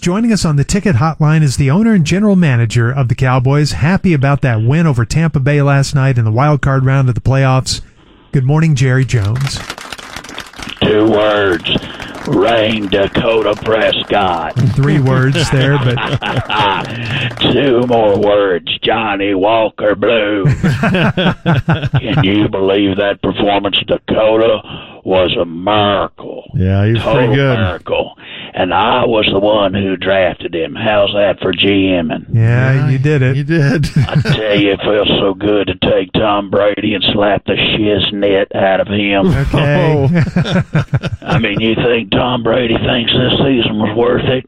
Joining us on the ticket hotline is the owner and general manager of the Cowboys. Happy about that win over Tampa Bay last night in the wild card round of the playoffs. Good morning, Jerry Jones. Two words. Rain Dakota Prescott. Three words there, but Two more words. Johnny Walker Blue. Can you believe that performance? Dakota was a miracle. Yeah, he was pretty Total good. miracle. And I was the one who drafted him. How's that for GMing? yeah, you did it. You did. Tell you, it feels so good to take Tom Brady and slap the shiznit out of him. Oh, Okay. I mean, you think Tom Brady thinks this season was worth it?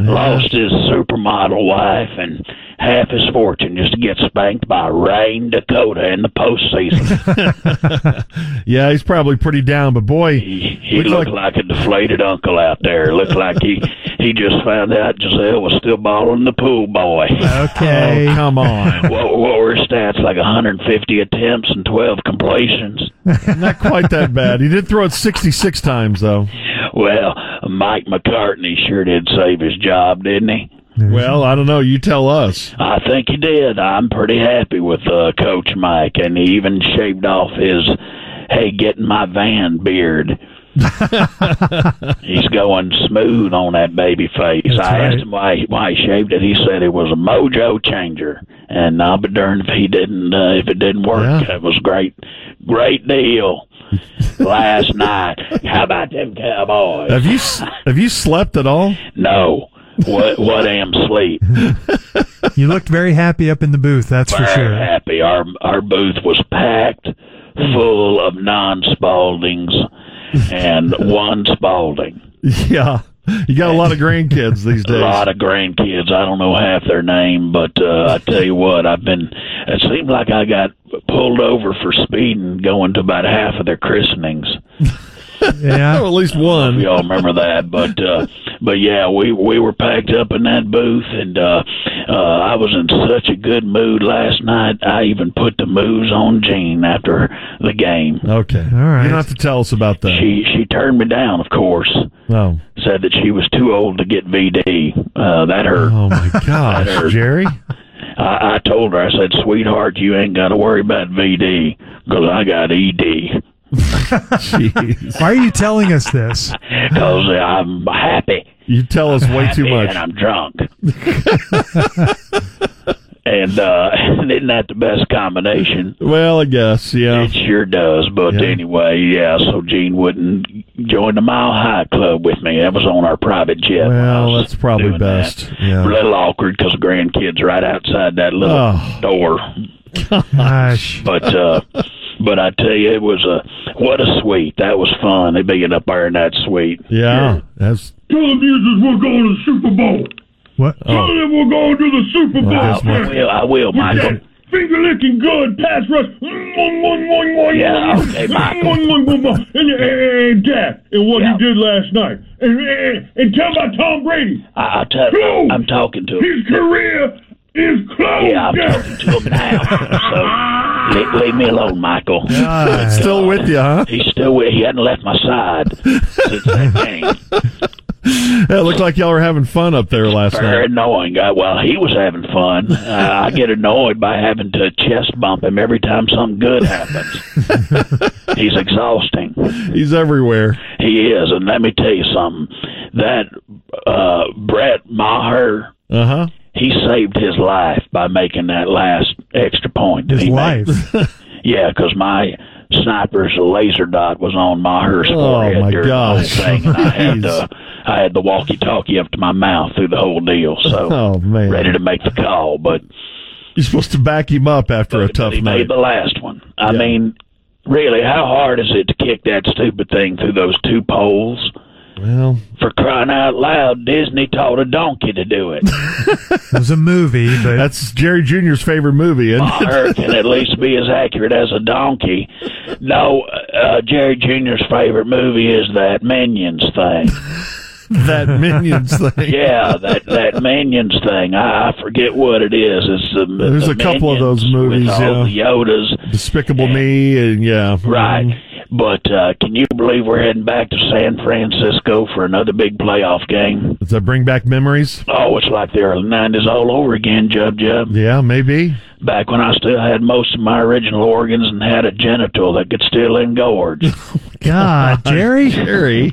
Lost his supermodel wife and half his fortune just to get spanked by Rain Dakota in the postseason. yeah, he's probably pretty down, but boy, He, he Looks looked like a deflated uncle out there. Looked like he he just found out Giselle was still balling the pool boy. Okay. oh, come on. What, what were his stats? Like 150 attempts and 12 completions. Not quite that bad. He did throw it 66 times, though. Well, Mike McCartney sure did save his job, didn't he? Well, I don't know. You tell us. I think he did. I'm pretty happy with uh, Coach Mike, and he even shaved off his "Hey, get in my van" beard. He's going smooth on that baby face. That's I right. asked him why why he shaved it. He said it was a mojo changer, and I'll be darned if he didn't uh, if it didn't work. Yeah. That was great, great deal. Last night, how about them Cowboys? Have you s- have you slept at all? No. What what am sleep? You looked very happy up in the booth, that's for Very sure. happy. Our our booth was packed full of non Spaldings and one Spalding. Yeah, you got a lot of grandkids these A days. lot of grandkids. I don't know half their name, but uh, I tell you what, I've been. It seemed like I got pulled over for speeding going to about half of their christenings. Oh, Yeah. at least one. We all remember that, but uh, but yeah, we we were packed up in that booth, and uh, uh, I was in such a good mood last night. I even put the moves on Jean after the game. Okay. All right. You don't have to tell us about that. She she turned me down, of course. No. Said that she was too old to get VD. Uh, that hurt. Oh my gosh, Jerry. I, I told her, I said, sweetheart, you ain't got to worry about VD because I got E ED. Jeez. Why are you telling us this? Because I'm happy. You tell us way too happy much. And I'm drunk. and uh, isn't that the best combination? Well, I guess. Yeah. It sure does. But Yeah. anyway, yeah, so Gene wouldn't join the Mile High Club with me. That was on our private jet. when I Well, was that's probably doing that. best. Yeah. A little awkward because grandkids right outside that little Oh. door. Gosh. But uh, but I tell you, it was a what a suite. That was fun. They being up there in that suite. Yeah. That's. Tell them you just we're going to the Super Bowl. What? Oh. Oh. Tell them we're going to the Super Bowl. that's I will. I will, Michael. Finger licking good, pass rush. Mm, Yeah, okay, Michael. And, mm, and, and Jack, and what Yeah. he did last night. And, and, and tell about Tom Brady. I, I tell Close. I'm talking to him. His career is closed. Ah. Yeah, I'm Jack. talking to him now. So leave, leave me alone, Michael. Still with you, huh? He's still with. He hadn't left my side since that game. Yeah, It looked like y'all were having fun up there last Very night. annoying guy. Well, he was having fun. Uh, I get annoyed by having to chest bump him every time something good happens. He's exhausting. He's everywhere. He is, and let me tell you something. That uh, Brett Maher, Uh huh. he saved his life by making that last extra point. His He made- life. yeah, because my sniper's laser dot was on Maher's Oh, forehead my during the whole gosh. thing, and I had Jeez. the I had the walkie-talkie up to my mouth through the whole deal, so Oh man. ready to make the call, but You're supposed to back him up after a but tough he night. made the last one. I Yeah. mean, really, how hard is it to kick that stupid thing through those two poles? Well, For crying out loud, Disney taught a donkey to do it. It was a movie, but that's Jerry Jr.'s favorite movie, and Maher can at least be as accurate as a donkey. No, uh, Jerry Jr.'s favorite movie is that Minions thing. that Minions thing. Yeah, that that Minions thing. I, I forget what it is. It's the There's the a couple of Minions those movies, with all yeah. the Yodas, Despicable Me, and yeah. right? But uh, can you believe we're heading back to San Francisco for another big playoff game? Does that bring back memories? Oh, it's like the early 90s all over again, Jub Jub. Yeah, maybe. Back when I still had most of my original organs and had a genital that could still engorge. God, Jerry. Uh, Jerry.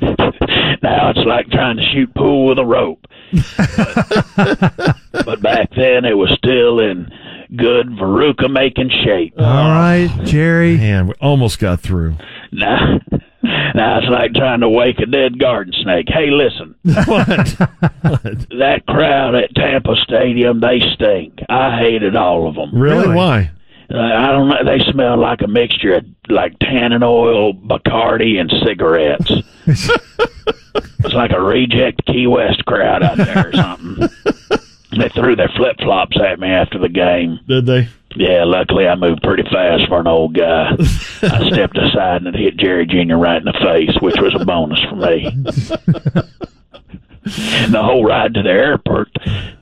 now it's like trying to shoot pool with a rope. but, but back then it was still in good veruca making shape. All right, Oh. Jerry. Man, we almost got through. Now, now it's like trying to wake a dead garden snake. Hey, listen, What? that crowd at Tampa Stadium, they stink. I hated all of them. Really? Really? Why? I don't know. They smell like a mixture of like tannin oil, Bacardi, and cigarettes. It's like a reject Key West crowd out there or something. They threw their flip flops at me after the game. Did they? Yeah, luckily I moved pretty fast for an old guy. I stepped aside and it hit Jerry Jr. right in the face, which was a bonus for me. And the whole ride to the airport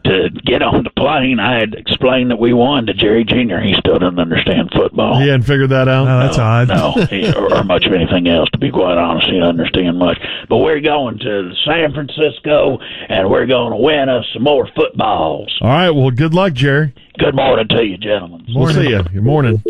to get on the plane, I had explained that we won to Jerry Jr. He still didn't understand football. He hadn't figured that out. Oh, that's odd. No, he- or, or much of anything else, to be quite honest. He didn't understand much. But we're going to San Francisco, and we're going to win us some more footballs. All right. Well, good luck, Jerry. Good morning to you, gentlemen. We'll see you. Good morning.